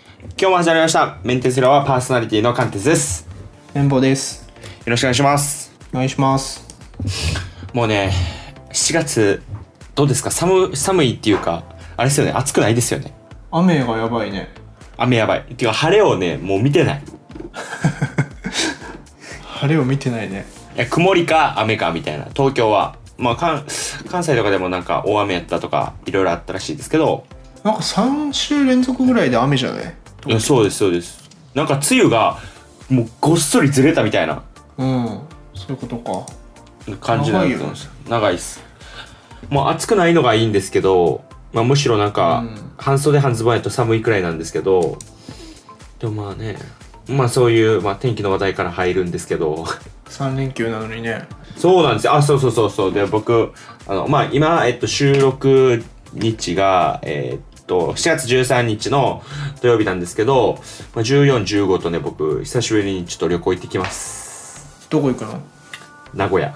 今日も始まりました。メンテスラはパーソナリティのカンテツです。よ綿棒です。ろしくお願いします。お願いします。もうね、7月、どうですか寒、寒いっていうか、あれですよね、暑くないですよね。雨がやばいね。雨やばい。っていうか、晴れをね、もう見てない。晴れを見てないね。いや曇りか雨かみたいな東京はまあ関関西とかでもなんか大雨やったとかいろいろあったらしいですけどなんか3週連続ぐらいで雨じゃないいやそうですそうですなんか梅雨がもうごっそりずれたみたいなうん。そういうことか。感じなんですよ長い長いですもう暑くないのがいいんですけど、まあ、むしろなんかうん半袖半ズボンやと寒いくらいなんですけどでもまあねまあそういう、まあ、天気の話題から入るんですけ ど3連休なのにね。そうなんですよ。あ、そうそうそうそう。で、僕、あの、まあ、今、えっと、収録日が、えっと、7月13日の土曜日なんですけど、まあ、14、15とね、僕、久しぶりにちょっと旅行行ってきます。どこ行くの名古屋。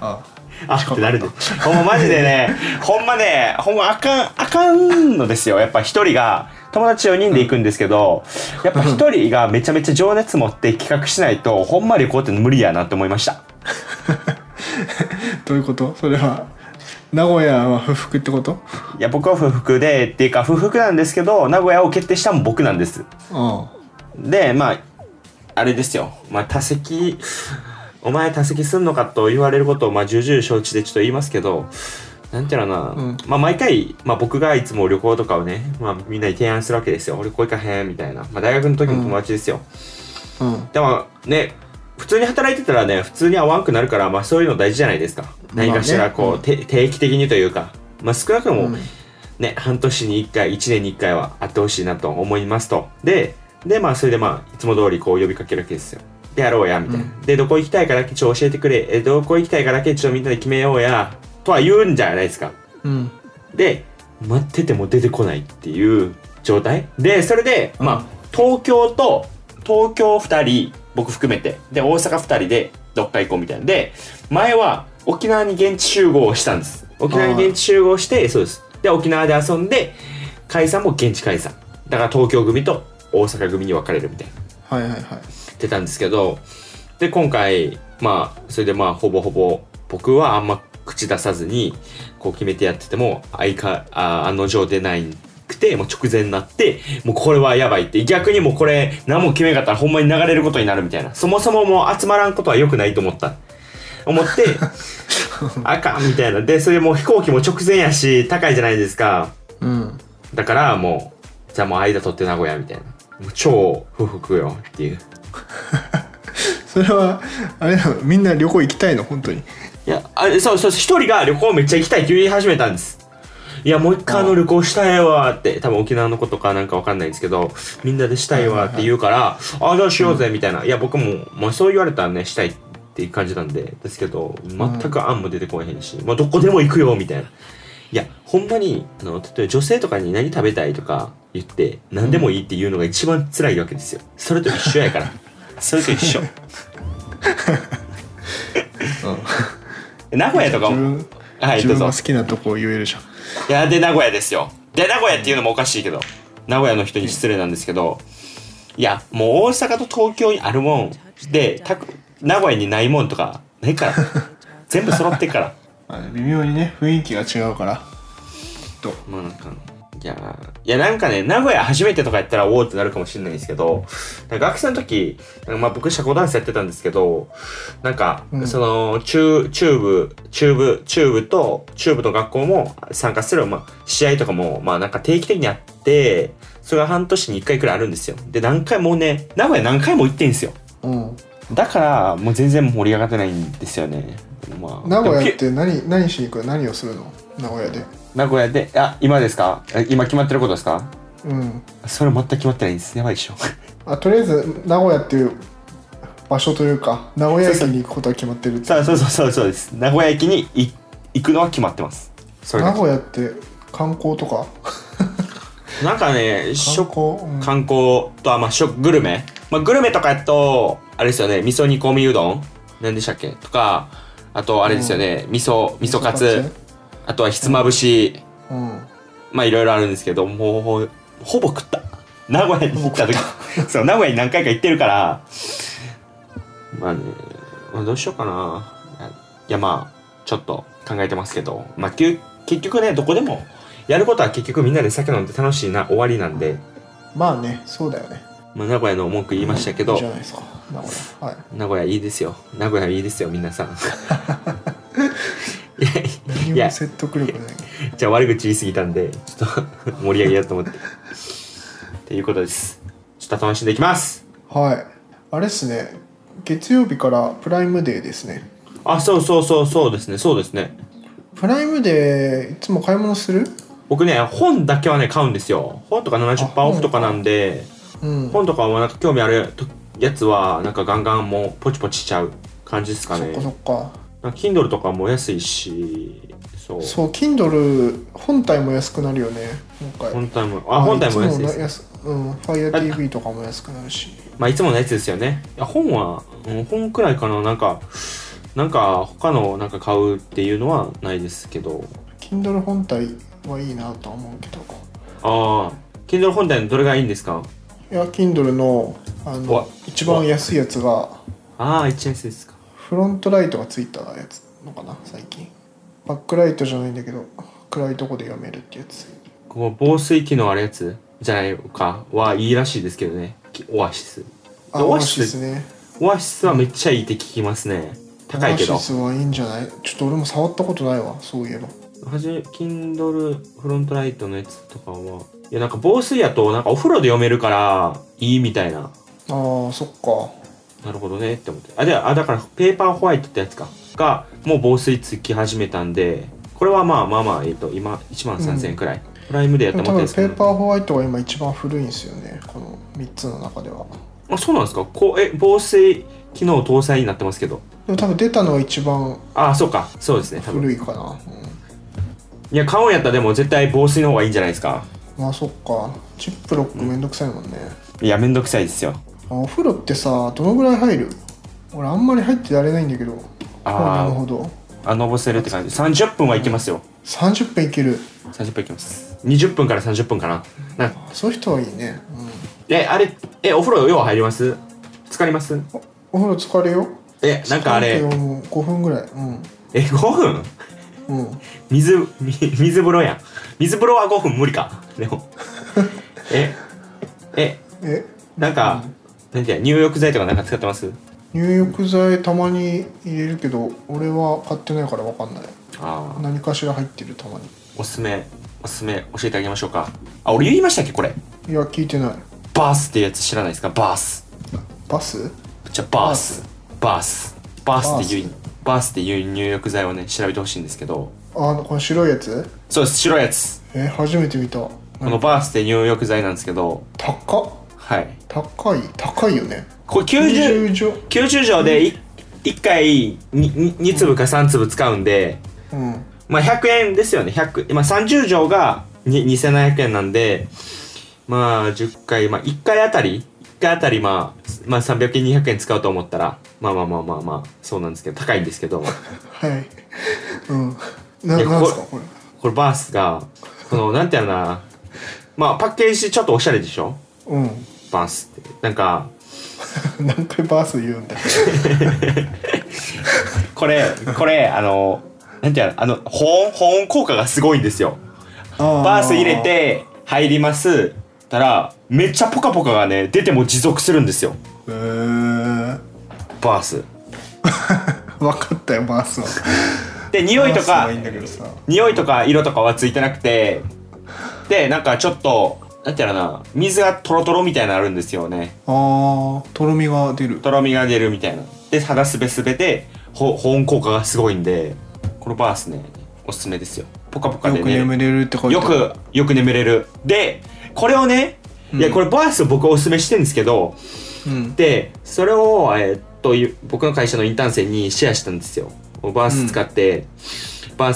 ああ、ってなるで。ほんまマジで ね、ほんまね、ほんまあかん、あかんのですよ。やっぱ一人が、友達4人で行くんですけど、やっぱ一人がめちゃめちゃ情熱持って企画しないと、ほんま旅行って無理やなって思いました。どういうことそれは。名古屋は不服ってこといや僕は不服でっていうか不服なんですけど名古屋を決定したのも僕なんですうでまああれですよまあ他席お前他席すんのかと言われることをまあ重々承知でちょっと言いますけどなんていうのかな、うんまあ毎回、まあ、僕がいつも旅行とかをね、まあ、みんなに提案するわけですよ俺こう行かへんみたいな、まあ、大学の時の友達ですよ、ん。うん。でもね普通に働いてたらね普通に会わんくなるから、まあ、そういうの大事じゃないですかまあね何かしらこう、うんて定期的にというか、まあ、少なくとも、うんね、半年に1回1年に1回は会ってほしいなと思いますとででまあそれでまあいつも通りこう呼びかけるわけですよでやろうやみたいな、うんでどこ行きたいかだけちょっと教えてくれえどこ行きたいかだけちょっとみんなで決めようやとは言うんじゃないですかうん。で待ってても出てこないっていう状態でそれで、うんまあ東京と東京2人僕含めてで大阪2人でどっか行こうみたいなんで前は沖縄に現地集合をしたんです沖縄に現地集合してそうですで沖縄で遊んで解散も現地解散だから東京組と大阪組に分かれるみたいなはいはいはい。ってたんですけどで今回まあそれでまあほぼほぼ僕はあんま口出さずにこう決めてやってても相かあ案の定出ないくてもう直前になってもうこれはやばいって逆にもうこれ何も決めなかったらほんまに流れることになるみたいなそもそももう集まらんことは良くないと思った思ってあかんみたいなでそれもう飛行機も直前やし高いじゃないですかうん。だからもうじゃあもう間取って名古屋みたいなもう超不服よっていうそれは、あれなのみんな旅行行きたいの本当に。いや、あれ、そうそう、一人が旅行めっちゃ行きたいって言い始めたんです。いや、もう一回あの旅行したいわーって、多分沖縄のことかなんかわかんないんですけど、みんなでしたいわーって言うから、あ、じゃあしようぜみたいな。いや、僕も、まあそう言われたらね、したいっていう感じなんで、ですけど、全く案も出てこえへんし、まあどこでも行くよみたいな。いや、ほんまに、あの、例えば女性とかに何食べたいとか言って、何でもいいっていうのが一番辛いわけですよ。それと一緒や から。それと一緒。名古屋とかも、自分、はい、自どう分ぞが。好きなとこを言えるじゃん。いやで名古屋ですよで名古屋っていうのもおかしいけど名古屋の人に失礼なんですけどいやもう大阪と東京にあるもんでたく名古屋にないもんとかないから全部揃ってっからまあね微妙にね、雰囲気が違うから。と。まあなんかいやいやなんかね名古屋初めてとかやったらおおってなるかもしれないんですけどなんか学生の時なんかまあ僕社交ダンスやってたんですけどなんか、うんその中中部中部中部と中部の学校も参加する、まあ、試合とかもまあなんか定期的にあってそれが半年に1回くらいあるんですよで何回もね名古屋何回も行ってんですようん。だからもう全然盛り上がってないんですよね、まあ、名古で屋もって何何しに行くの何をするの名古屋で名古屋であ今ですかえ今決まってることですかうんそれ全く決まってないんです。やばいでしょ。あとりあえず名古屋っていう場所というか名古屋駅に行くことは決まって るそうそうそうそうそうです。名古屋駅にい行くのは決まってます。それ名だけ古屋って観光とかなんかね、観食光、うん観光とはまあ食グルメ、まあグルメとかやとあれですよね、味噌煮込みうどん、なんでしたっけとか、あとあれですよね、味噌味噌カツ、あとはひつまぶし、うんまあいろいろあるんですけど、もうほぼ食った名古屋に行った時そう名古屋に何回か行ってるからまあね、まあ、どうしようかないやいやまあちょっと考えてますけどまあきゅ結局ねどこでもやることは結局みんなで酒飲んで楽しいな終わりなんで、まあねそうだよねまあ、名古屋の文句言いましたけいどいじゃないですか名古屋はい名古屋いいですよ名古屋いいですよ皆 さんいやい何やも説得力ないじゃあ悪口言いすぎたんでちょっと 盛り上げようと思ってっていうことですちょっと楽しんでいきますはいあれっすね月曜日からプライムデーですねあそうそうそうそうですねそうですねプライムデーいつも買い物する僕ね本だけはね買うんですよ本とか70%あオフとかなんでうん本とかはなんか興味あるとやつはなんかガンガンもうポチポチしちゃう感じですかそっねかそっかなんか Kindle とかも安いしそうそう Kindle 本体も安くなるよね今回本体もあ本体も安いつでのす安うん FireTV とかも安くなるしまあ、いつものやつですよね。いや本は、うん本くらいかな、なんか、なんか、他のなんか買うっていうのはないですけど、 Kindle 本体はいいなとは思うけどああ、Kindle 本体のどれがいいんですかいや Kindle のあうわの一番安いやつがああ、一年生ですか。フロントライトがついたやつのかな最近バックライトじゃないんだけど暗いとこで読めるってやつここ防水機能あるやつじゃないかはいいらしいですけどね。きオアシス。あオオアアシスシスねオアシスはめっちゃいいって聞きますね。高いけオどア。シスはいいんじゃないちょっと俺も触ったことないわそういえばはじめ、Kindle フロントライトのやつとかは、いや、なんか防水やと、なんかお風呂で読めるから、いいみたいな。あーそっかなるほどねって思ってあであだからペーパーホワイトってやつかがもう防水つき始めたんでこれはまあまあまあ、えっと今1万3000円くらい、プライムでやっでたもも多ん分でペすけーどパーホワイトが今一番古いんですよねこの3つの中ではあそうなんですかこうえ防水機能搭載になってますけどでも多分出たのは一番ああそうかそうですね多分古いかな、うんいや買うんやったらでも絶対防水の方がいいんじゃないですかまあそっかチップロックめんどくさいもんね、いやめんどくさいですよあお風呂ってさどのぐらい入る俺あんまり入ってられないんだけどあーなるほどあのぼせるって感じ30分はいけますよ30分いける30分いけます20分から30分かななんかそういう人はいいね、えあれえお風呂よう入ります浸かりますうん、おお風呂疲れよえなんかあれ疲けどもう5分ぐらいうんえ5分うん水み 水風呂やん水風呂は5分無理かで もえええなんか、なんてや入浴剤とかなんか使ってます入浴剤たまに入れるけど俺は買ってないから分かんないああ何かしら入ってるたまにおすすめおすすめ教えてあげましょうかあ俺言いましたっけこれいや聞いてないバースっていうやつ知らないですかバースバスじゃあバースバースバースっていうバースっていう入浴剤をね調べてほしいんですけどあのこの白いやつそうです白いやつえ初めて見たこのバースって入浴剤なんですけど高っはい高い高いよねこれ90 90錠90錠で 1, 回 2, 2粒か3粒使うんで、うんまあ、100円ですよね100、まあ、30錠がに2700円なんでまあ10回、まあ、1回あたり1回あたり、まあ、まあ300円200円使うと思ったらまあまあまあまあまあそうなんですけど高いんです けどはいうんないやなんですこかこれこれバースがこのなんていうのかなまあパッケージちょっとおしゃれでしょうバースってなんかん 何回バース言うんだよこれこれあのなんていうのあの保温保温効果がすごいんですよ ババース入れて入りますたらめっちゃポカポカがね出ても持続するんですよえー、バース分かったよバースはで匂いとバースかはいいんだけどさ匂いとか色とかはついてなくてでなんかちょっとなんていうのかな水がトロトロみたいなのあるんですよねあーとろみが出るとろみが出るみたいなで肌すべすべでほ保温効果がすごいんでこのバースねおすすめですよポカポカよでくね眠れるって書いてあよるくよく眠れるでこれをね、いやこれバース僕おすすめしてるんですけどうんでそれを、えーっとゆ僕の会社のインターン生にシェアしたんですよバース使って、バー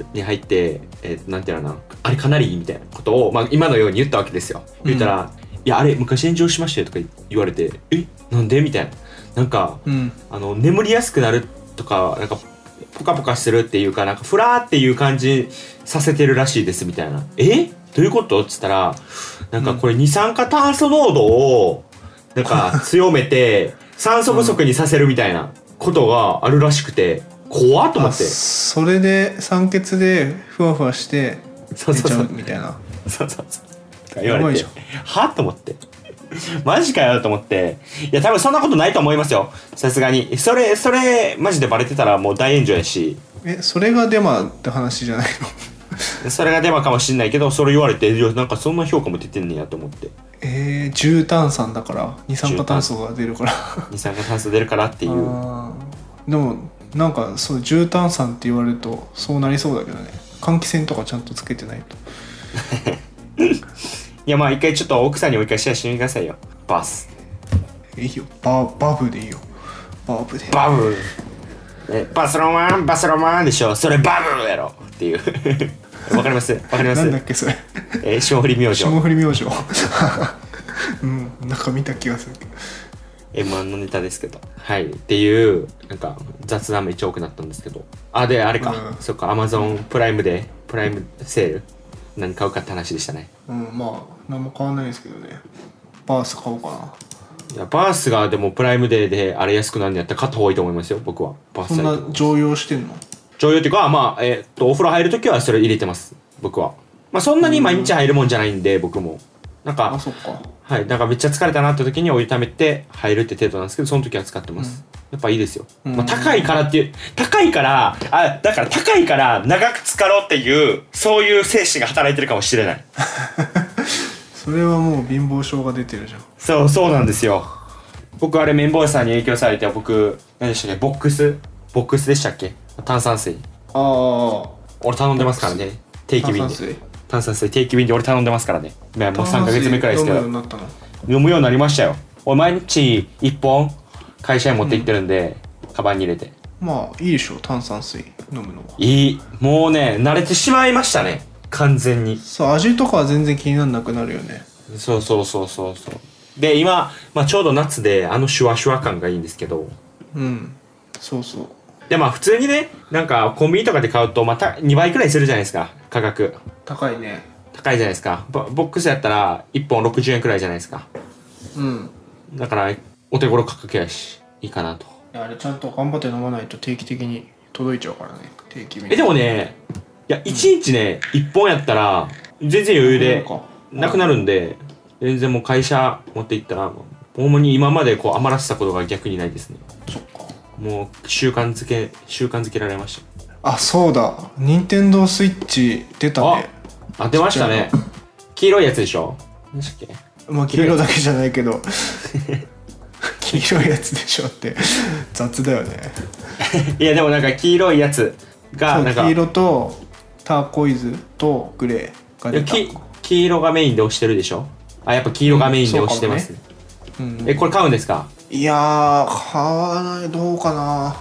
スに入って、えーっとなんていうのかなあれかなりいいみたいなことを、まあ、今のように言ったわけですよ言ったら「いやあれ昔炎上しましたよ」とか言われて「えなんで?」みたいななんかうんあの眠りやすくなるとかなんかポカポカするっていうかなんかフラーっていう感じさせてるらしいですみたいな「えどういうことっつったらなんかこれ二酸化炭素濃度をなんか強め て酸素不足にさせるみたいなことがあるらしくて怖っと思あってそれで酸欠でふわふわしてそう寝そうちそゃううみたいなそうそうそう言やわばれいてじゃんはと思って マジかよと思っていや多分そんなことないと思いますよさすがにそれそれマジでバレてたらもう大炎上やしえそれがデマって話じゃないの それがデマかもしんないけどそれ言われていやなんかそんな評価も出てんねんやと思ってえー、重炭酸だから二酸化炭素が出るから二酸化炭素出るからっていうあーでもなんかそう重炭酸って言われるとそうなりそうだけどね換気扇とかちゃんとつけてないといやまあ一回ちょっと奥さんにもう一回シェアしてみてくださいよバスいいよババブでいいよバブでバブえバスロマンバスロマンでしょそれバブやろっていう わかりますわかりまなすんだっけそれえー、勝利明星霜降り明星 うんなんか見た気がするけど M1 のネタですけど。はい。っていう、なんか雑談めっちゃ多くなったんですけど。あ、で、あれか。うんそっか、Amazon プライムで、プライムセール。何買うかって話でしたね。うんまあ何も変わんないですけどねバース買おうかいや、バースがでもプライムデーであれ安くなるんやったら買った方がいいと思いますよ、僕は。バーなスそんサイト。な常用してんの常用っていうか、まあ、えーっと、お風呂入るときはそれ入れてます、僕は。まあ、そんなに毎日入るもんじゃないんで、僕も。なんあか、そっかはい、なんかめっちゃ疲れたなって時にお湯ためて入るって程度なんですけどその時は使ってます、やっぱいいですよ、うんまあ、高いからっていう高いからあだから高いから長く使ろうっていうそういう精神が働いてるかもしれないそれはもう貧乏症が出てるじゃんそうそうなんですよ僕あれ綿棒さんに影響されて僕何でしたっけボックスボックスでしたっけ炭酸水ああ俺頼んでますからね定期炭便酸で水炭酸水定期便で俺頼んでますからねいやもう3ヶ月目くらいですけど炭酸水飲むようになったの飲むようになりましたよ俺毎日1本会社に持って行ってるんで、カバンに入れてまあいいでしょ炭酸水飲むのはいいもうね慣れてしまいましたね完全にそう味とかは全然気にならなくなるよねそうそうそうそうそうで今、まあ、ちょうど夏であのシュワシュワ感がいいんですけどうんそうそうでまあ普通にねなんかコンビニとかで買うとまた2倍くらいするじゃないですか価格高いね高いじゃないですかボボックスやったら1本60円くらいじゃないですかうんだからお手頃価格やしいいかなとあれちゃんと頑張って飲まないと定期的に届いちゃうからね定期便えでもねいや1日ね1本やったら全然余裕でなくなるるんで全然もう会社持っていったら主に今までこう余らせたことが逆にないですねそっかもう習慣づけ習慣づけられましあそうだ任天堂スイッチ出たたねあ出ましたね黄色いやつでしょ何でしたっけまあ黄色だけじゃないけど 黄色いやつでしょって雑だよねいやでもなんか黄色いやつがそうなんか黄色とターコイズとグレーがいや出たき黄色がメインで押してるでしょあやっぱ黄色がメインで押してます、うんうんえこれ買うんですかいやー買わないどうかな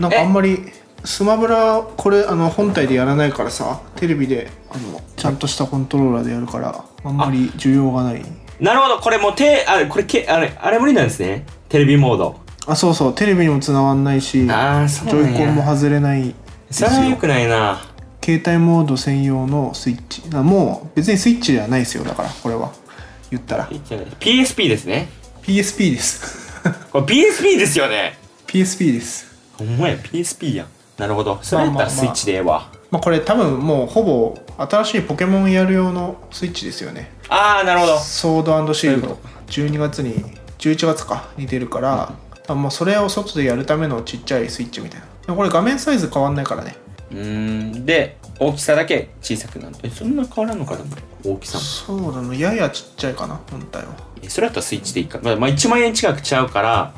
なんかあんまりスマブラこれあの本体でやらないからさテレビであのちゃんとしたコントローラーでやるからあんまり需要がないなるほどこれもう手あこれけあれあれ無理なんですねテレビモードあそうそうテレビにもつながんないしジあーそうなんやョイコンも外れないですそよれは良くないな携帯モード専用のスイッチあもう別にスイッチではないですよだからこれは言ったらいいんじゃない PSP ですね PSP ですこれ PSP ですよね PSP ですほんまや PSP やんなるほどそれやったまあまあらまあスイッチでええわ、まあこれ多分もうほぼ新しいポケモンやる用のスイッチですよねああなるほどソードシールド12月に11月かに出るから、多分もうそれを外でやるためのちっちゃいスイッチみたいなでもこれ画面サイズ変わんないからねうーんで大きさだけ小さくなるえそんな変わらんのかな大きさもそうだねややちっちゃいかな本体はえそれやったらスイッチでいいかまあ、まあ、1万円近くちゃうから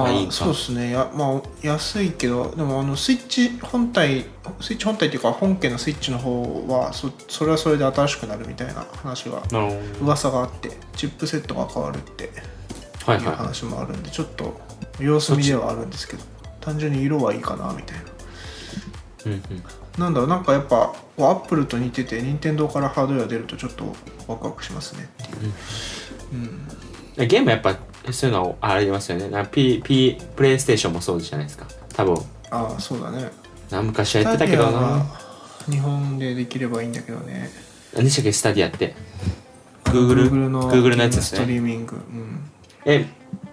まああいいかそうですねやまあ安いけどでもあのスイッチ本体スイッチ本体っていうか本家のスイッチの方はそそれはそれで新しくなるみたいな話がなるほ噂があってチップセットが変わるってどはいいうは、話もあるんでちょっと様子見ではあるんですけど単純に色はいいかなみたいないうんうん、なんだろうなんかやっぱこうアップルと似てて任天堂からハードウェア出るとちょっとワクワクしますねっていうえゲームやっぱそういうのありますよねなんか P, P プレイステーションもそうじゃないですか多分ああそうだねな昔はやってたけどタデアなは日本でできればいいんだけどね何でしたっけスタディアって。Google, Google の Google のやつですストリね。ーミング、うん、え、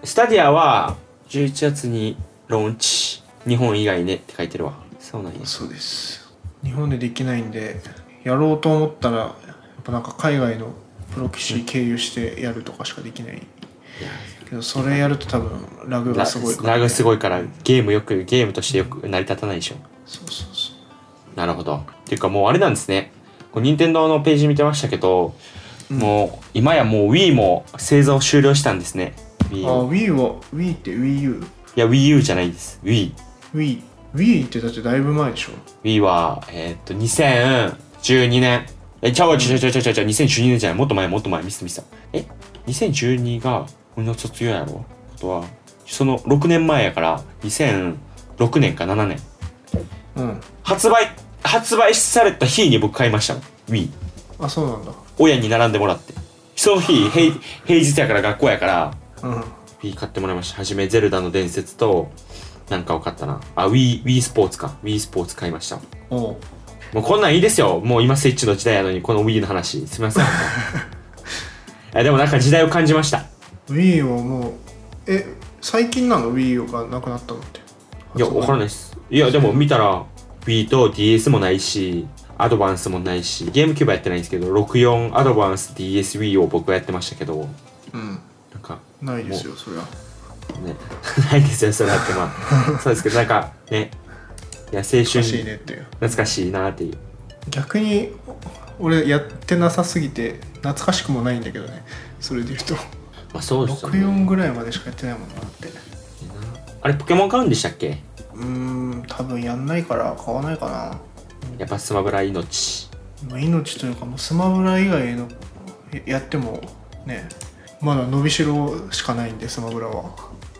スタディアは11月にローンチ。日本以外ねって書いてるわ。そうなんや。そうです日本でできないんでやろうと思ったらやっぱなんか海外のプロキシ経由してやるとかしかできないけどそれやると多分ラグがすごいからラグすごいからゲームよくゲームとしてよく成り立たないでしょ。そうそうそうなるほど。っていうかもうあれなんですね。こう任天堂のページ見てましたけど、もう今やもう Wii も製造終了したんですね。Wii あを Wii を Wii って WiiUWii いや Wii U じゃないです。Wii。 Wii ってだってだいぶ前でしょ Wii は、えーっと、2012年。え、ちゃうわちゃうちゃうちゃうちゃうちゃう、2012年じゃない。もっと前、もっと前、ミスミス。え ?2012 が、俺の卒業やろことは、その6年前やから、2006年か7年。うん発売、発売された日に僕買いましたもん。Wii。あそうなんだ親に並んでもらって。その日、平平日やから学校やから、うん Wii 買ってもらいました。はじめ、ゼルダの伝説と、なんか分かったな。あ、Wii、Wii スポーツか。Wii スポーツ買いました。おうもうこんなんいいですよ。もう今スイッチの時代やのに、この Wii の話。すみ ません。えでもなんか時代を感じました。 Wii はもうえ最近なの Wii がなくなったのっていや、わからないです。いや、でも見たら、Wii と DS もないし、アドバンスもないし、ゲームキューブはやってないんですけど、64アドバンス DSW を僕はやってましたけど、うんなんか、ないですよそりゃね、 ないですよ、それだってまあ。そうですけど、なんかね、いや、青春、欲しいねっていう懐かしいなっていう。逆に俺やってなさすぎて懐かしくもないんだけどねそれで言うとまあそうですよね。 64ぐらいまでしかやってないもんなってあれ、ポケモン買うんでしたっけうーん多分やんないから買わないかなやっぱスマブラ命。まあ命というかもうスマブラ以外のややってもねまだ伸びしろしかないんでスマブラは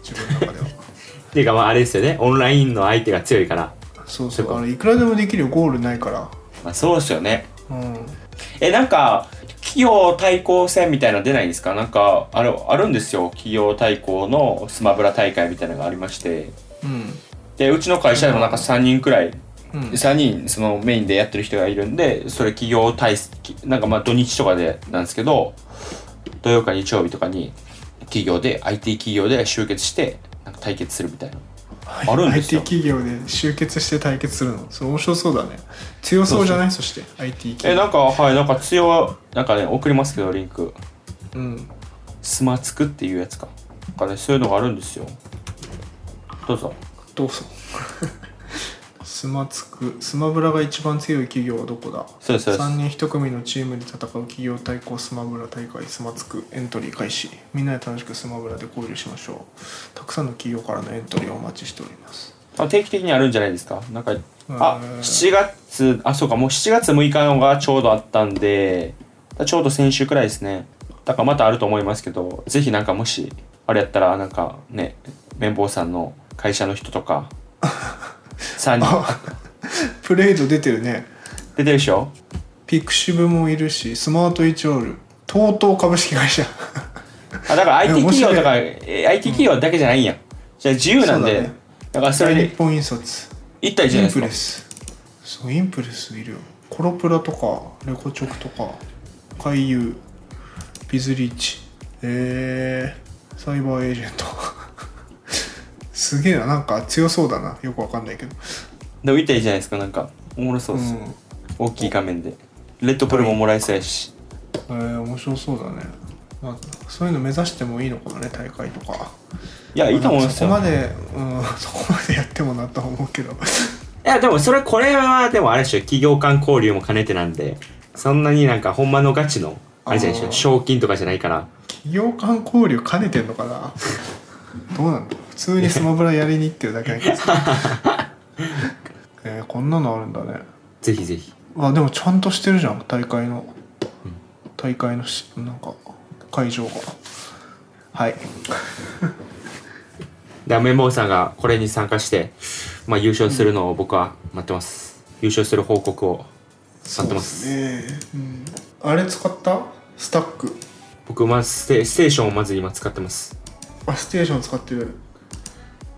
自分の中ではっていうかまああれですよねオンラインの相手が強いから、そうそそううかあのいくらでもできるよゴールないからまあ、そうですよねうんえなんか企業対抗戦みたいなの出ないんですかなんかあれあるんですよ企業対抗のスマブラ大会みたいなのがありましてうんでうちの会社でもなんか3人くらい、うん3人そのメインでやってる人がいるんでそれ企業対なんかまあ土日とかでなんですけど土曜か日曜日とかに企業で IT 企業で集結してなんか対決するみたいなあるんですよ IT 企業で集結して対決するのそれ面白そうだね強そうじゃないそして IT え企業なんかはいなんか強いなんかね送りますけどリンクうんスマツクっていうやつか。なんかね、そういうのがあるんですよ。どうぞ。どうぞ スマツクスマブラが一番強い企業はどこだそうですそうです3人1組のチームで戦う企業対抗スマブラ大会スマツクエントリー開始みんなで楽しくスマブラで交流しましょうたくさんの企業からのエントリーをお待ちしておりますあ定期的にあるんじゃないですか。なんか、あ、うん7月、あ、そうか、もう7月6日のがちょうどあったんで、ちょうど先週くらいですね。だからまたあると思いますけど、ぜひなんかもし、あれやったら、なんかね、綿棒さんの会社の人と か、3人、プレイド出てるね出てるでしょピクシブもいるしスマート 1R とうとう株式会社あだから IT 面企白業いとか、え IT 企業だけじゃないんや。じゃあ自由なんそで、うだだねからそれ日で本印刷行ったらいいじゃイなンいですプかレ。スそうインプレスいるよコロプラとかレコチョクとか海遊ビズリーチえー、サイバーエージェント すげえななんか強そうだなよくわかんないけどでもいたらいいじゃないですかなんかおもろそううでんす、え大きい画面でレッドブルももらえそうやしー、面白そうだね、まあ、そういうの目指してもいいのかもね大会とかいやいいと思うんですよそこまで、うん、そこまでやってもなとは思うけどいやでもそれこれはでもあれでしょ企業間交流も兼ねてなんでそんなになんかほんまのガチのあれじゃないでしあょー賞金とかじゃないから企業間交流兼ねてんのかな どうなんだろう普通にスマブラやりに行ってるだけなん ですえー、こんなのあるんだねぜひぜひあでもちゃんとしてるじゃん大会の大会のしなんか会場がはいでメンボーさんがこれに参加して、まあ、優勝するのを僕は待ってます、優勝する報告を待ってますね、うん、あれ使ったスタック僕まずステステーションをまず今使ってますあステーション使ってる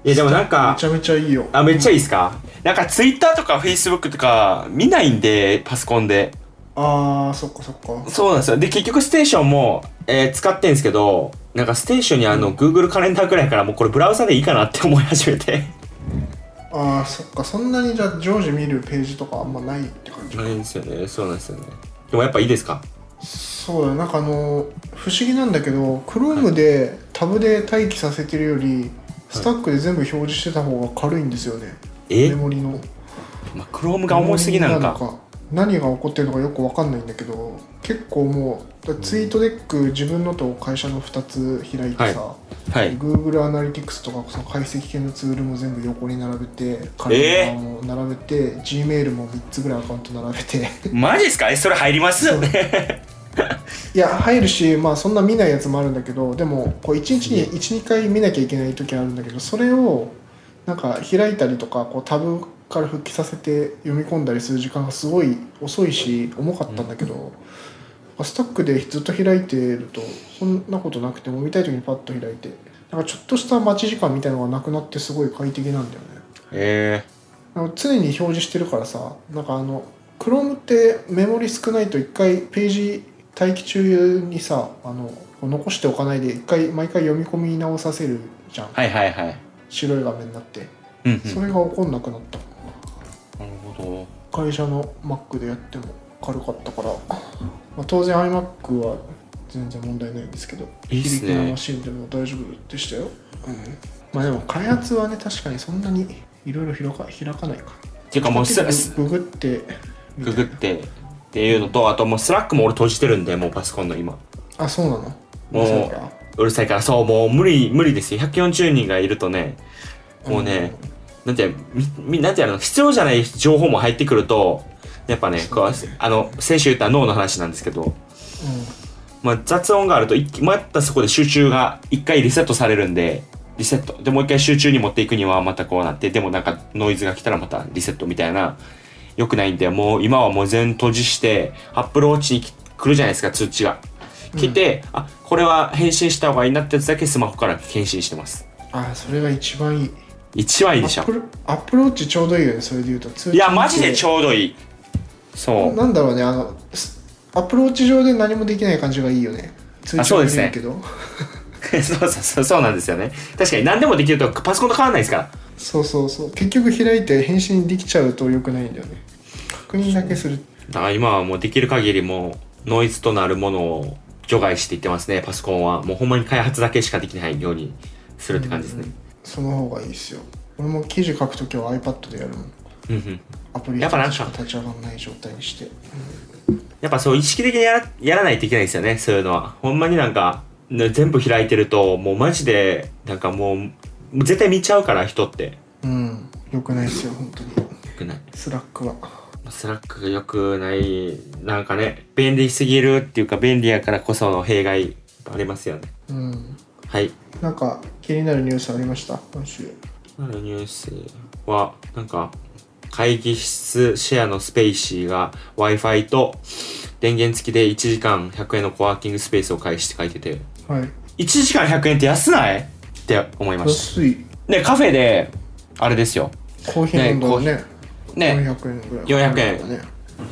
いやでもなんめかちゃめちゃいいよあめっちゃいいですか、なんかツイッターとかフェイスブックとか見ないんでパソコンであーそっかそっかそうなんですよ。で、結局ステーションも、えー使ってんですけど、なんかステーションにあの、Google カレンダーくらいからもうこれブラウザでいいかなって思い始めて。ああそっかそんなにじゃあ常時見るページとかあんまないって感じかないんですよね。そうなんですよね。でもやっぱいいですかそうだよなんかあの不思議なんだけど Chrome でタブで待機させてるよりスタックで全部表示してた方が軽いんですよねメえモリのまあ、Chrome が重いすぎなのか。何が起こってるのかよくわかんないんだけど結構もうだツイートデック自分のと会社の2つ開いてさ、はい Google Analytics とかその解析系のツールも全部横に並べてカえレーンダーも並べて、Gmail も3つぐらいアカウント並べてマジですかえ、それ入りますよね。いや入るしまあそんな見ないやつもあるんだけどでもこう1日に12回見なきゃいけない時あるんだけどそれをなんか開いたりとかこうタブから復帰させて読み込んだりする時間がすごい遅いし重かったんだけど、スタックでずっと開いてるとそんなことなくても見たい時にパッと開いてなんかちょっとした待ち時間みたいのがなくなってすごい快適なんだよね えなんか常に表示してるからさなんかあの Chrome ってメモリ少ないと一回ページ待機中にさあの残しておかないで一回毎回読み込み直させるじゃんー、はいはいはい。白い画面になってうん、うん。それが起こんなくなったなるほど。会社の Mac でやっても軽かったから、まあ、当然 iMac は全然問題ないんですけどいいっすね響きのマシンでも大丈夫でしたよ、まあでも開発はね確かにそんなにいろいろ開か開かないかていうかもうすググってみたグいグなってっていうのとあともうスラックも俺閉じてるんでもうパソコンの今あそうなのもそううかうるさいからそうもう無理無理ですよ140人がいるとねもうね、なんてみみなんてやるの必要じゃない情報も入ってくるとやっぱねこうあの先週言った脳の話なんですけど、まあ、雑音があると一気またそこで集中が一回リセットされるんでリセットでもう一回集中に持っていくにはまたこうなってでもなんかノイズが来たらまたリセットみたいな良くないんでもう今はもう全閉じしてアップルウォッチにき来るじゃないですか通知が来て、あこれは返信した方がいいなってやつだけスマホから返信してますうん、あそれが一番いい一番いいでしアょップルアップルウォッチちょうどいいよねそれで言うと通知いやマジでちょうどいいそうなんだろうねあのすアップルウォッチ上で何もできない感じがいいよね通あ知そうはで見すれねるけど そうそうそうそうなんですよね確かに何でもできるとパソコンと変わらないですからそうそうそう結局開いて返信できちゃうと良くないんだよね確認だけするだから今はもうできる限りもうノイズとなるものを除外していってますねパソコンはもうほんまに開発だけしかできないようにするって感じですねその方がいいですよ俺も記事書くときは iPad でやるもんうんうんアプリやっぱなんかしか立ち上がらない状態にしてやっぱそう意識的にやらやらないといけないですよねそういうのはほんまになんかね全部開いてるともうマジでなんかもう絶対見ちゃうから人ってうん良くないですよ本当に良くないスラックはスラックが良くないなんかね便利すぎるっていうか便利やからこその弊害ありますよねうんはいなんか気になるニュースありました今週今のニュースはなんか会議室シェアのスペイシーが Wi-Fi と電源付きで1時間100円のコワーキングスペースを開始って書いててはい1時間100円って安ないって思いまし安いたでカフェであれですよコーヒー飲んだらねね400円ぐらい400円ね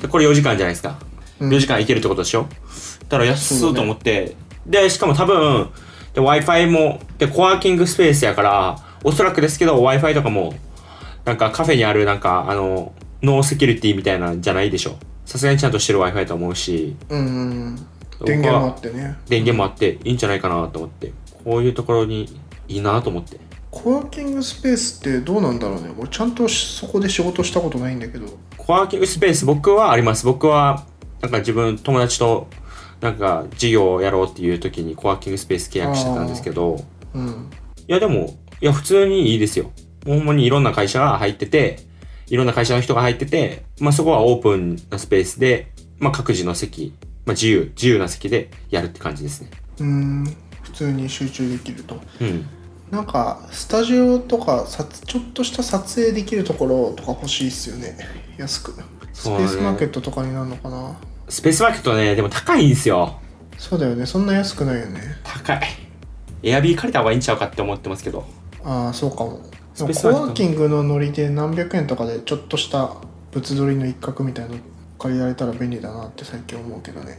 でこれ4時間じゃないですか、うん4時間いけるってことでしょだから安そうと思って、でしかも多分で Wi-Fi もでコワーキングスペースやからおそらくですけど Wi-Fi とかもなんかカフェにあるなんかあのノーセキュリティみたいなんじゃないでしょさすがにちゃんとしてる Wi-Fi と思うしうんうん電源もあってね電源もあっていいんじゃないかなと思ってこういうところにいいなと思ってコワーキングスペースってどうなんだろうね俺ちゃんとそこで仕事したことないんだけどコワーキングスペース僕はあります僕はなんか自分友達となんか授業をやろうっていう時にコワーキングスペース契約してたんですけどうんいやでも、いや普通にいいですよ。ほんまにいろんな会社が入ってて、いろんな会社の人が入ってて、まあそこはオープンなスペースで、まあ各自の席、まあ自由、自由な席でやるって感じですね。うん普通に集中できるとうん。なんかスタジオとかさつちょっとした撮影できるところとか欲しいっすよね安くスペそうだねースマーケットとかになるのかなスペースマーケットね、でも高いんですよ。そうだよねそんな安くないよね高い。エアビー借りた方がいいんちゃうかって思ってますけど。ああそうかもでスペもースコマーケットワーキングのノリで何百円とかでちょっとした物撮りの一角みたいなの借りられたら便利だなって最近思うけどね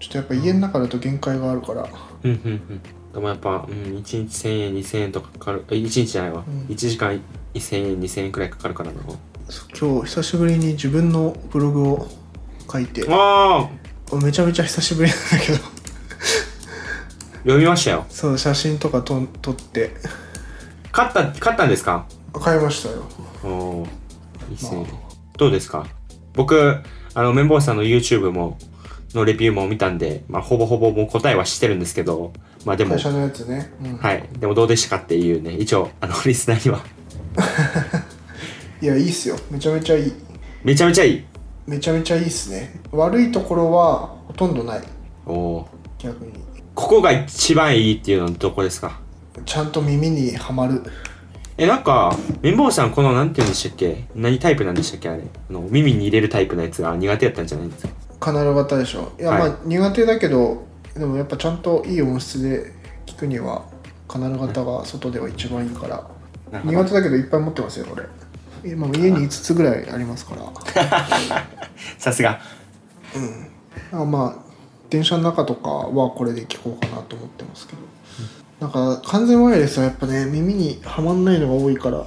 ちょっとやっぱ家の中だと限界があるからうんうんうんでもやっぱ、うん、1日1000円2000円とかかかるあ1日じゃないわ、うん一1時間1000円2000円くらいかかるからなそう今日久しぶりに自分のブログを書いてああめちゃめちゃ久しぶりなんだけど 読みましたよそう写真とかと撮って勝った勝ったんですか買いましたよおお1000円どうですか僕あの綿棒さんの YouTube ものレビューも見たんで、まあ、ほぼほぼもう答えはしてるんですけどまあでも会社のやつね、うんはいでもどうでしたかっていうね一応あの リスナーにはいやいいっすよめちゃめちゃいいめちゃめちゃいいめちゃめちゃいいっすね悪いところはほとんどないおお逆にここが一番いいっていうのはどこですかちゃんと耳にはまるえなんか綿棒さんこのなんて言うんでしたっけ何タイプなんでしたっけあれあの耳に入れるタイプのやつが苦手やったんじゃないんですかカナル型でしょいや、はいまあ苦手だけどでもやっぱちゃんといい音質で聞くにはカナル型が外では一番いいからなるほど苦手だけどいっぱい持ってますよ俺今も家に5つぐらいありますからさすがあまあ電車の中とかはこれで聞こうかなと思ってますけど、なんか完全ワイヤレスはやっぱね耳にはまんないのが多いから、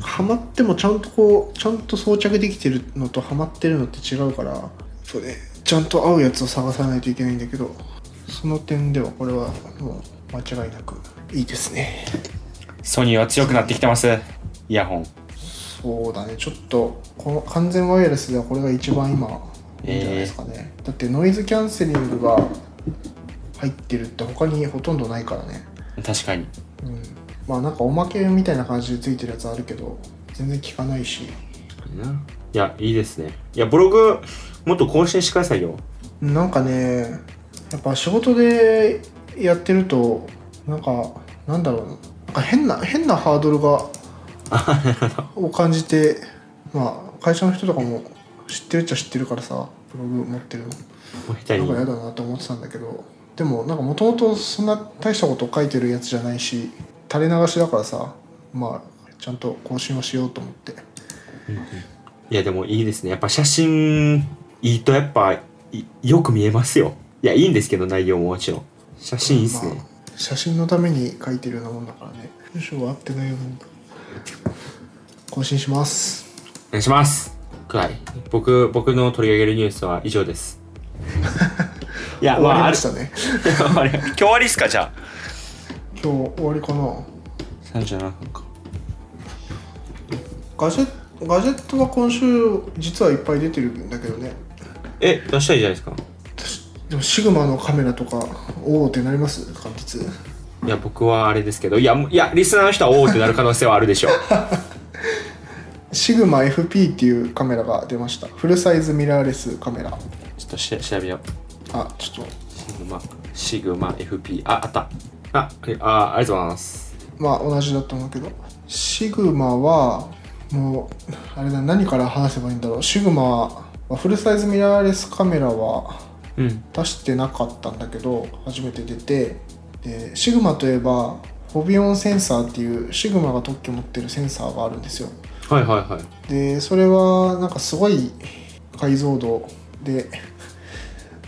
はまってもちゃんとこうちゃんと装着できてるのとはまってるのって違うからそうねちゃんと合うやつを探さないといけないんだけどその点ではこれはもう間違いなくいいですねソニーは強くなってきてますイヤホンそうだねちょっとこの完全ワイヤレスではこれが一番今いいんじゃないですかね、だってノイズキャンセリングが入ってるって他にほとんどないからね確かにうんまあなんかおまけみたいな感じでついてるやつあるけど全然効かないしいやいいですねいやブログもっと更新してくださいよなんかねやっぱ仕事でやってるとなんかなんだろうななんか変な変なハードルがを感じてまあ会社の人とかも知ってるっちゃ知ってるからさブログ持ってるのもう下手なんにか嫌だなと思ってたんだけどでもなんかもともとそんな大したこと書いてるやつじゃないし垂れ流しだからさまあちゃんと更新をしようと思っていやでもいいですねやっぱ写真いいとやっぱいよく見えますよいやいいんですけど内容ももちろん写真いいっすね、まあ、写真のために書いてるようなもんだからね文章は合ってないようなもんだ更新しますお願いしますくらい僕僕の取り上げるニュースは以上です いや終わりあまるしたねあれ 今日終わりっすかじゃ今日終わりかなあ37分かガジェガジェットは今週実はいっぱい出てるんだけどねえ出したらいいじゃないですか私でもシグマのカメラとかおおってなります完結いや僕はあれですけどいやもういやリスナーの人はおおってなる可能性はあるでしょうシグマ FP っていうカメラが出ましたフルサイズミラーレスカメラ ちょっとし調べようあちょっとシグマシグマ FP ああったあああありがとうございますまあ同じだと思うけどシグマはもうあれだ何から話せばいいんだろうシグマはフルサイズミラーレスカメラはうん出してなかったんだけど初めて出てでシグマといえばフォビオンセンサーっていうシグマが特許持ってるセンサーがあるんですよはいはいはいでそれはなんかすごい解像度で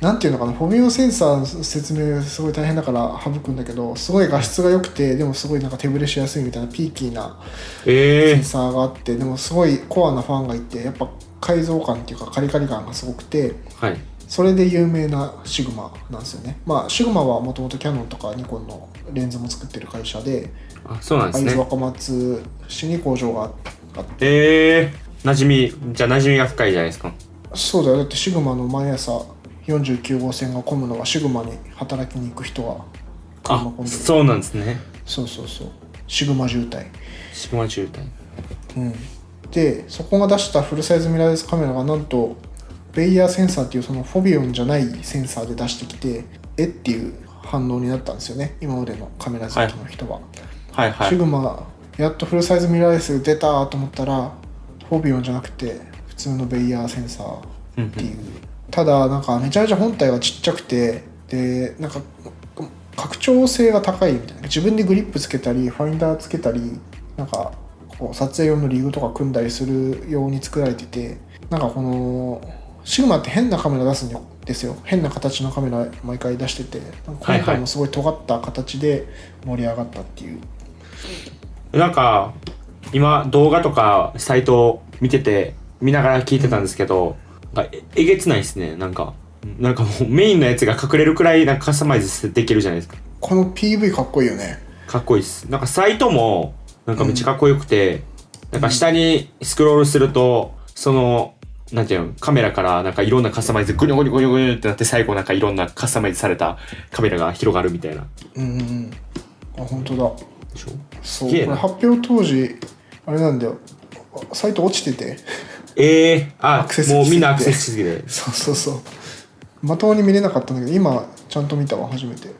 なんていうのかなフォビオンセンサーの説明すごい大変だから省くんだけどすごい画質が良くてでもすごいなんか手ぶれしやすいみたいなピーキーなえセえンサーがあってでもすごいコアなファンがいてやっぱ改造感っていうかカリカリ感がすごくてはいそれで有名なシグマなんですよねまあシグマはもともとキャノンとかニコンのレンズも作ってる会社であそうなんで会す津ね若松市に工場があってええ馴染みじゃあ馴染みが深いじゃないですかそうだよだってシグマの毎朝49号線が混むのはシグマに働きに行く人が車あ混んでるそうなんですねそうそうそうシグマ渋滞シグマ渋滞うんでそこが出したフルサイズミラーレスカメラがなんとベイヤーセンサーっていうそのフォビオンじゃないセンサーで出してきてえっていう反応になったんですよね今までのカメラ好きの人は、はいはシいグマやっとフルサイズミラーレス出たと思ったらフォビオンじゃなくて普通のベイヤーセンサーっていうただなんかめちゃめちゃ本体がちっちゃくてでなんか拡張性が高いみたいな自分でグリップつけたりファインダーつけたりなんかこう撮影用のリーグとか組んだりするように作られててなんかこのシグマって変なカメラ出すんですよ変な形のカメラ毎回出しててなんか今回もすごい尖った形で盛り上がったっていう、なんか今動画とかサイト見てて見ながら聞いてたんですけど、なんかええげつないですねなんかなんかもうメインのやつが隠れるくらいなんかカスタマイズできるじゃないですかこの PV かっこいいよねかっこいいっすなんかサイトもなんかめっちゃかっこよくて、なんか下にスクロールするとそのなんていうのカメラからなんかいろんなカスタマイズグニョグニョグニョグニョってなって最後なんかいろんなカスタマイズされたカメラが広がるみたいなうんうんうんあ本当だでしょそうすこげえれな発表当時あれなんだよサイト落ちて てええあアクセスしすぎもてうみんなアクセスしすぎてそうそうそうまともに見れなかったんだけど今ちゃんと見たわ初めて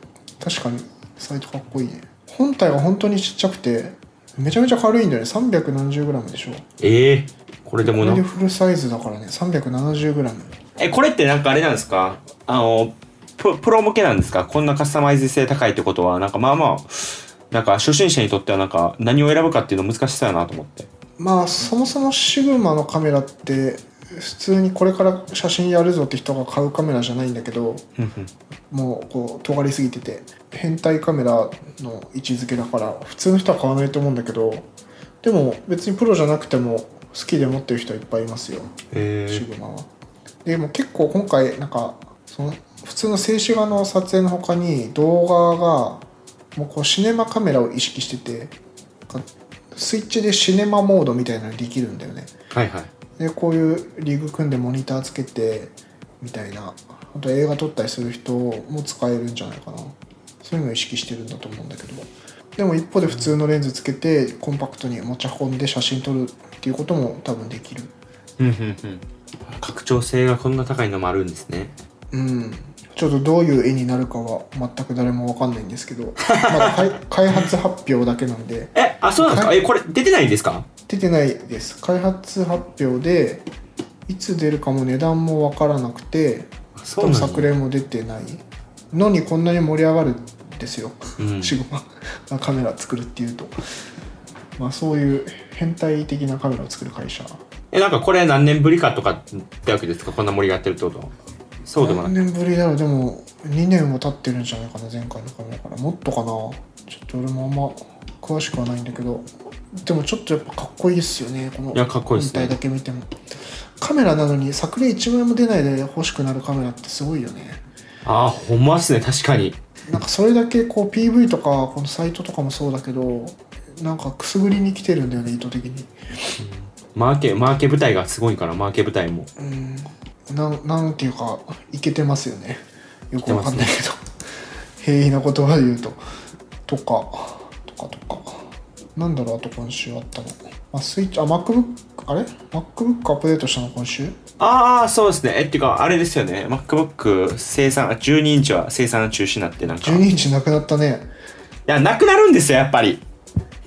確かにサイトかっこいいね本体が本当にちっちゃくてめちゃめちゃ軽いんだよね 370g でしょええこれでもこなれでフルサイズだからね 370g えこれってなんかあれなんですかあのプロプロ向けなんですかこんなカスタマイズ性高いってことはなんかまあまあなんか初心者にとってはなんか何を選ぶかっていうの難しそうやなと思ってまあそもそもシグマのカメラって普通にこれから写真やるぞって人が買うカメラじゃないんだけどふんふんもうこう尖りすぎてて変態カメラの位置づけだから普通の人は買わないと思うんだけどでも別にプロじゃなくても好きで持ってる人はいっぱいいますよえシーグマは。でも結構今回なんかその普通の静止画の撮影の他に動画がもうこうシネマカメラを意識しててなんかスイッチでシネマモードみたいなのできるんだよね。はいはいでこういうリーグ組んでモニターつけてみたいなあと映画撮ったりする人も使えるんじゃないかなそういうのを意識してるんだと思うんだけどでも一方で普通のレンズつけてコンパクトに持ち運んで写真撮るっていうことも多分できるうんうんうん拡張性がこんな高いのもあるんですねうんちょっとどういう絵になるかは全く誰も分かんないんですけどまだ開開発発表だけなんでえあそうなんですかえこれ出てないんですか出てないです開発発表でいつ出るかも値段も分からなくてそ多う分なん作例も出てないのにこんなに盛り上がるんですよ、うんシグマが カメラ作るっていうと、まあ、そういう変態的なカメラを作る会社えなんかこれ何年ぶりかとかってわけですかこんな盛り上がってるってことそうでもな何い年ぶりだろうでも2年も経ってるんじゃないかな前回のカメラからもっとかなちょっと俺もあんま詳しくはないんだけどでもちょっとやっぱかっこいいですよねこのいやかっこいいっ本すね体だけ見てもカメラなのに作例1枚も出ないで欲しくなるカメラってすごいよねあほんまっすね確かになんかそれだけこう PV とかこのサイトとかもそうだけどなんかくすぐりに来てるんだよね意図的にマーケマーケ部隊がすごいからマーケ部隊もうんなんなんていうかいけてますよねよくわかんないけど、平易な言葉で言うととかとかとかなんだろうあと今週あったのあスイッチあ MacBook あれ ?MacBook アップデートしたの今週ああそうですねえっていうかあれですよね MacBook 生産あ12インチは生産中止になってなんかい12インチなくなったねやなくなるんですよやっぱり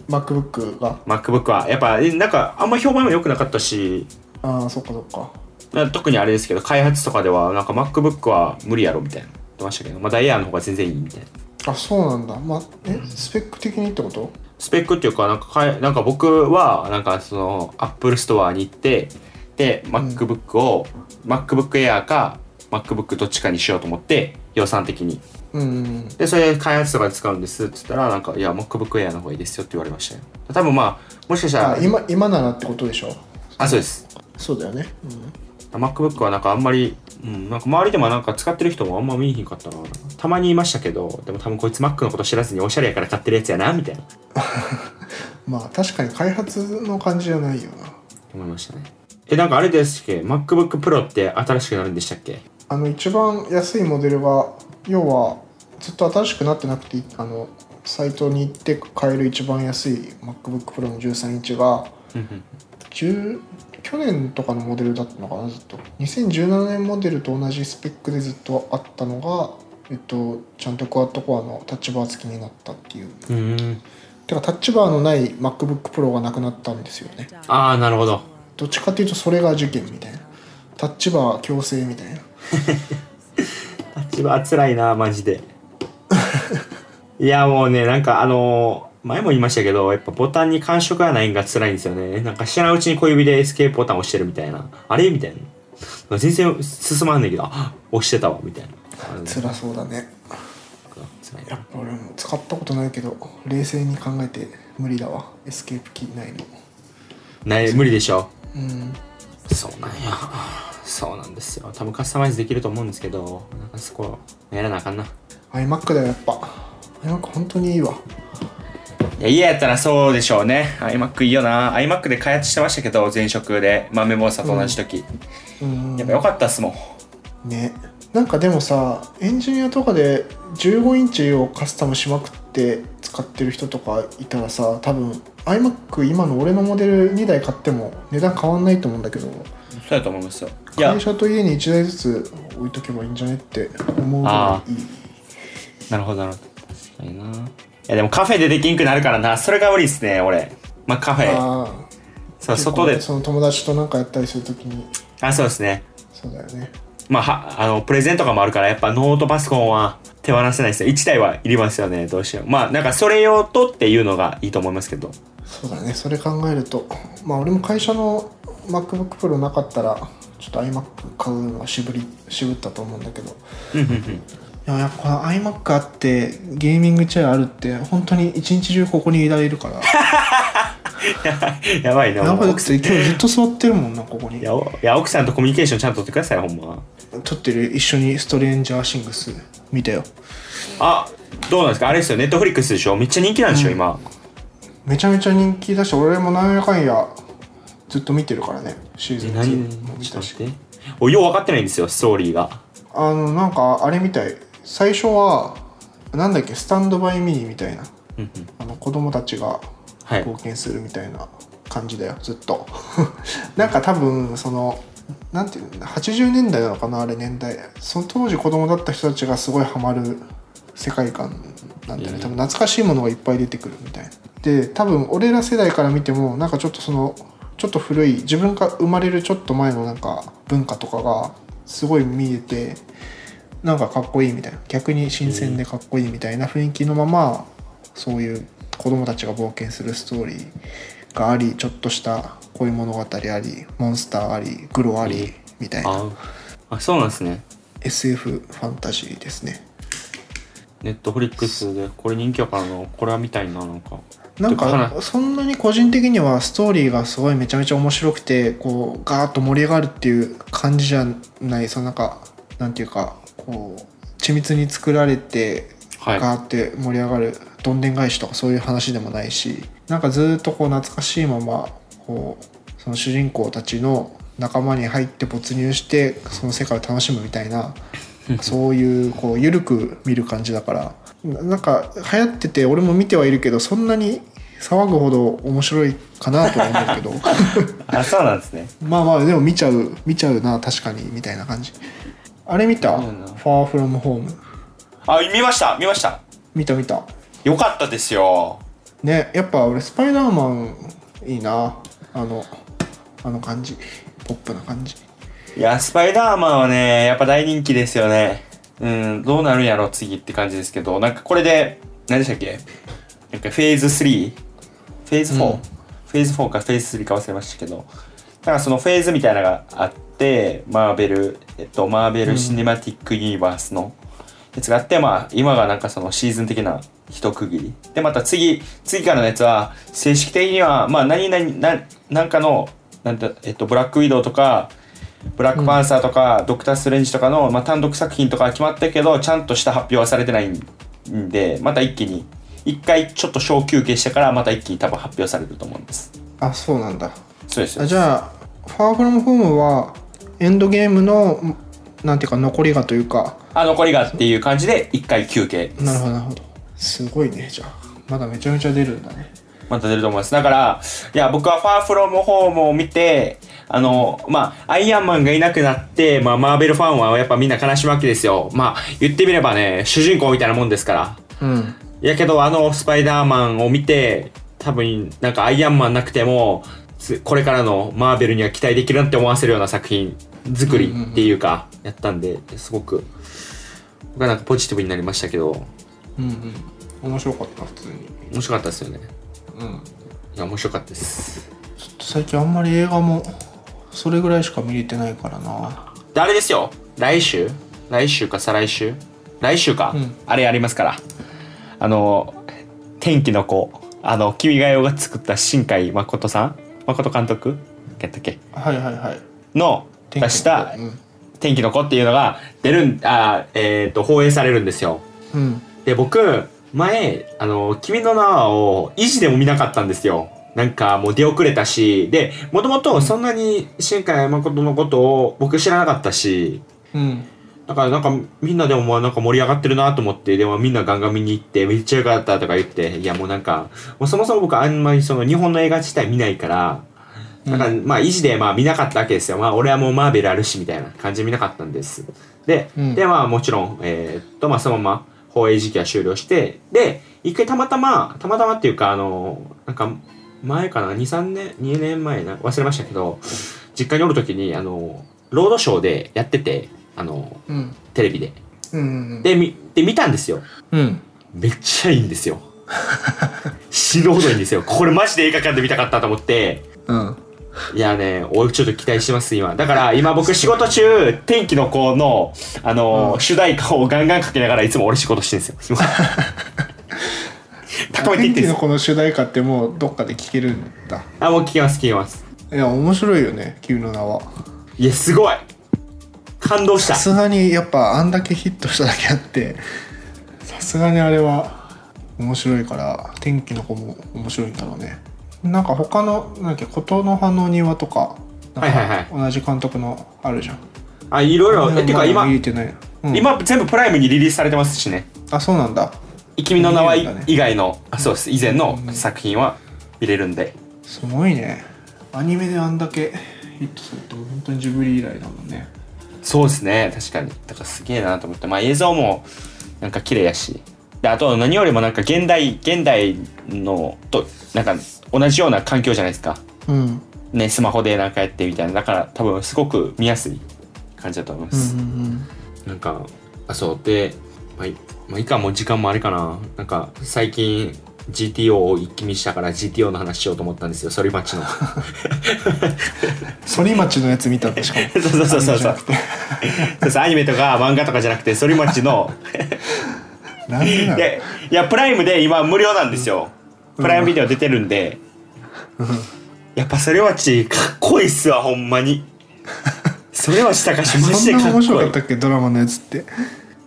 MacBook が MacBook はやっぱえなんかあんま評判も良くなかったしああそっかそっかな特にあれですけど開発とかではなんか MacBook は無理やろみたいな言ってましたけどまだエアーの方が全然いいみたいなあそうなんだまあえスペック的にってことスペックっていうかなんかかいなんか僕はなんかその Apple ストアに行ってで MacBook を、MacBook Air か MacBook どっちかにしようと思って予算的にうんうんうんでそれ開発とかで使うんですって言ったらなんか「いや MacBook Air の方がいいですよ」って言われましたよ多分まあもしかしたらあ今今ならってことでしょあそうですそうだよね、うん、 MacBook はなんかあんまり、うん、なんか周りでもなんか使ってる人もあんま見えへんかったなたまにいましたけどでも多分こいつ Mac のこと知らずにおしゃれやから買ってるやつやなみたいなまあ確かに開発の感じじゃないよな思いましたねえなんかあれですっけ MacBook Pro って新しくなるんでしたっけあの一番安いモデルは要はずっと新しくなってなくてあのサイトに行って買える一番安い MacBookPro の13インチが10去年とかのモデルだったのかなずっと2017年モデルと同じスペックでずっとあったのがえっとちゃんとクワッドコアのタッチバー付きになったっていううんてかタッチバーのない MacBookPro がなくなったんですよねああなるほどどっちかっていうとそれが受験みたいなタッチバー強制みたいな立場辛いなマジで いやもうねなんかあのー前も言いましたけどやっぱボタンに感触がないんが辛いんですよねなんか知らないうちに小指でエスケープボタン押してるみたいなあれみたいななんか全然進まんねんけどあ押してたわみたいなあの辛そうだね辛いやっぱ俺も使ったことないけど冷静に考えて無理だわエスケープキーないのない無理でしょうんそうなんやそうなんですよ多分カスタマイズできると思うんですけどなんかそこやらなあかんな iMac だよやっぱ iMac 本当にいいわいや家やったらそうでしょうね iMac いいよな iMac で開発してましたけど前職で豆もさと同じ時、うんやっぱ良かったっすもんねなんかでもさエンジニアとかで15インチをカスタムしまくって使ってる人とかいたらさ多分 iMac 今の俺のモデル2台買っても値段変わんないと思うんだけどそうやと思いますよいや会社と家に1台ずつ置いとけばいいんじゃねって思うぐらいいいなるほどなるほど確かにないやでもカフェでできんくなるからなそれが無理っすね俺まあカフェあーそう結構外でその友達となんかやったりするときにあそうですねそうだよねまあはあのプレゼントとかもあるからやっぱノートパソコンは手放せないですよ1台はいりますよねどうしようまあなんかそれ用とっていうのがいいと思いますけど そうだねそれ考えるとまあ俺も会社の MacBookPro なかったらちょっと iMac 買うのは渋り渋ったと思うんだけどうんうんうんいややっぱこの iMac あってゲーミングチェアあるって本当に一日中ここにいられる からやばいなやばいだっ奥さんて今日ずっと座ってるもんなここにいやおいや奥さんとコミュニケーションちゃんと取ってくださいほんま撮ってる一緒にストレンジャーシングス見たよあどうなんですかあれですよネットフリックスでしょめっちゃ人気なんでしょ、今めちゃめちゃ人気だし俺もなんやかんやずっと見てるからねシーズン何2も見ちょたっとし待っておよう分かってないんですよストーリーがあのなんかあれみたい最初はなんだっけスタンドバイミニみたいなうんうんあの子供たちがはい貢献するみたいな感じだよずっと なんか多分そのなんていうんだ80年代なのかなあれ年代その当時子供だった人たちがすごいハマる世界観なんだよね多分懐かしいものがいっぱい出てくるみたいなで多分俺ら世代から見てもなんかちょっとそのちょっと古い自分が生まれるちょっと前のなんか文化とかがすごい見えてなんかかっこいいみたいな逆に新鮮でかっこいいみたいな雰囲気のままそういう子供たちが冒険するストーリーがありちょっとした恋物語ありモンスターありグロありみたいなああそうなんですね SF ファンタジーですねネットフリックスでこれ人気やからなこれは見たいななんかなんてかかそんなに個人的にはストーリーがすごいめちゃめちゃ面白くてこうガーッと盛り上がるっていう感じじゃないそのなんかなんていうかこう緻密に作られてはいガーって盛り上がるどんでん返しとかそういう話でもないしなんかずーっとこう懐かしいままこうその主人公たちの仲間に入って没入してその世界を楽しむみた いなそういうこう緩く見る感じだからななんか流行ってて俺も見てはいるけどそんなに騒ぐほど面白いかなとは 思うけどあそうなんですねまあまあでも見ちゃう見ちゃうな確かにみたいな感じあれ見た「そうフだなァーフロムホームあ見ました見ました見た見たよかったですよねやっぱ俺スパイダーマンいいなあのあの感じポップな感じいやスパイダーマンはねやっぱ大人気ですよねうんどうなるんやろ次って感じですけどなんかこれで何でしたっけなんかフェーズ3フェーズ 4?、うんフェーズ4かフェーズ3か忘れましたけどなんかそのフェーズみたいなのがあってマーベルえっとマーベル・シネマティック・ユニバースの、やつがあって、まあ、今がなんかそのシーズン的な一区切り。で、また次、次からのやつは、正式的には、まあ、何々、ななんかの、なんて、えっと、ブラックウィドウとか、ブラックパンサーとか、ドクター・ストレンジとかの、まあ、単独作品とかは決まったけど、ちゃんとした発表はされてないんで、また一気に、一回ちょっと小休憩してから、また一気に多分発表されると思うんです。あそうなんだそうですよあ。じゃあファーフロムホームはエンドゲームのなんていうか残りがというかあ、残りがっていう感じで、一回休憩ですなるほどなるほどすごいねじゃあまだめちゃめちゃ出るんだねまた出ると思います。だから、いや、僕はファーフロムホームを見て、あの、まあ、アイアンマンがいなくなって、まあ、マーベルファンはやっぱみんな悲しむわけですよ。まあ、言ってみればね、主人公みたいなもんですから。うんやけど、あのスパイダーマンを見て、多分、なんかアイアンマンなくても、つこれからのマーベルには期待できるなって思わせるような作品作りっていうか、やったんで、すごく、僕はなんかポジティブになりましたけど、うんうん面白かった普通に面白かったですよね。うんいや、面白かったです。ちょっと最近あんまり映画もそれぐらいしか見れてないからなであれですよ来週来週か再来週来週か、うんあれやりますからあの天気の子あの君が代が作った新海誠さん誠監督やったっけはいはいはいの出したうん「天気の子」っていうのが出るんあえっ、と放映されるんですようんで僕前あの「君の名は」を維持でも見なかったんですよなんかもう出遅れたしでもともとそんなに新海誠のことを僕知らなかったしうんだからなんかみんなでもまあなんか盛り上がってるなと思ってでもみんなガンガン見に行ってめっちゃ良かったとか言っていやもうなんかもうそもそも僕あんまりその日本の映画自体見ないからだからまあ維持でまあ見なかったわけですよまあ俺はもうマーベルあるしみたいな感じで見なかったんですで、うんでまあもちろんえーっとまあそのまま放映時期は終了してで一回たまたまたまたまっていうかあのなんか前かな23年2年前な忘れましたけど実家におる時にあのロードショーでやっててあのうんテレビで。うんうんで、みで見たんですよ。うんめっちゃいいんです よ。死ぬほどいいんですよ。これマジで映画館で見たかったと思って。うんいやね、俺ちょっと期待してます、今。だから、今僕仕事中、天気の子の、あのーうん主題歌をガンガンかけながらいつも俺仕事してるん ですよ。今高めていって天ん気ですのよ。この主題歌ってもうどっかで聴けるんだあ、もう聞きます、聞きます。いや面白いよね「君の名は」いや、すごい感動しさた。すがにやっぱあんだけヒットしただけあってさすがにあれは面白いから天気の子も面白いんだろうねなんか他のなんだっけ琴の葉の庭とかはいはいはい同じ監督のあるじゃんあ、いろいろ、え、てか今見、えてない、うん今全部プライムにリリースされてますしね。あそうなんだ君の名は見れるんだね以外の、あそうです以前の作品は見れるんで、すごいねアニメであんだけヒットすると本当にジブリ以来だもんねそうですね確かにだからすげえなと思ってまあ映像もなんか綺麗やしであと何よりもなんか現代現代のとなんか同じような環境じゃないですかうんうんねスマホでなんかやってみたいなだから多分すごく見やすい感じだと思いまうす、んなんかあそうでまあいまあ、いかもう時間もあれかななんか最近 GTO を一気見したから GTO の話しようと思ったんですよ反町の反町のやつ見たんでしかもそうそうそうそうアニメじそうそうアニメとゃなくてか漫画とかじゃなくて反町のなんでなのでいやプライムで今無料なんですよ、プライムビデオ出てるんで、やっぱそれはちかっこいいっすわほんまにそれはちたかしマジそでんかなっこ面白かいっいたっけドラマのやつって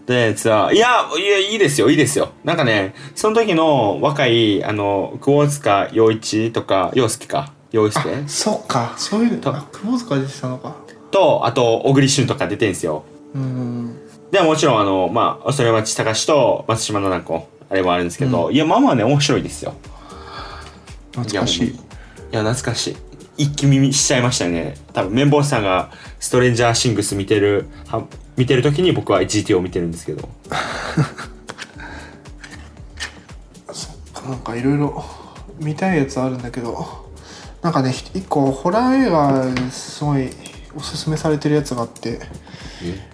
でさいやいやいいですよいいですよなんかねその時の若いあの久保塚陽一とか陽介か陽介あそっかそういうとのあ窪塚出てたのかとあと小栗旬とか出てんすようんでもちろんあのまあそれはちたかしと松島菜々子あれもあるんですけど、いやまあまあね面白いですよ懐かしいいや懐かしい一気見しちゃいましたね多分綿棒さんがストレンジャーシングス見てるは見てる時に僕は GTO を見てるんですけどなんかいろいろ見たいやつあるんだけどなんかねひ一個ホラー映画すごいおすすめされてるやつがあって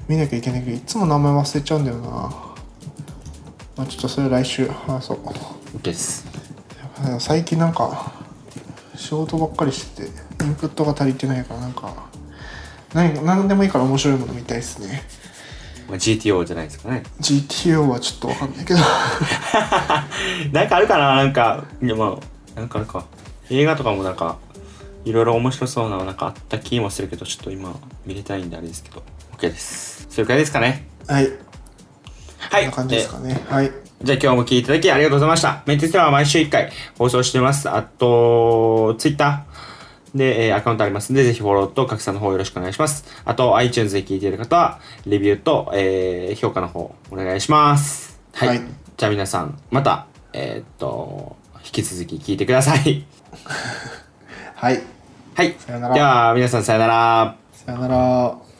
見なきゃいけないけどいつも名前忘れちゃうんだよな、まあ、ちょっとそれ来週話そうですうん最近なんか仕事ばっかりしててインプットが足りてないからなんか何何でもいいから面白いもの見たいですねまあ、GTO じゃないですかね GTO はちょっとわかんないけど なんかあるかななんかいやまあなんかあるか映画とかもなんかいろいろ面白そうなのなんかあった気もするけどちょっと今見れたいんであれですけど OK ですそれくらいですかねはいはこいんな感じですかねはいじゃあ今日も聞いていただきありがとうございました。メンテステラは毎週1回放送してます。あと、Twitter で、えーアカウントありますので、ぜひフォローと拡散の方よろしくお願いします。あと、iTunes で聞いている方は、レビューと、えー評価の方お願いします。はい。はいじゃあ皆さん、また、えーっと、引き続き聞いてください。はいはい。さよならでは皆さんさよなら。さよなら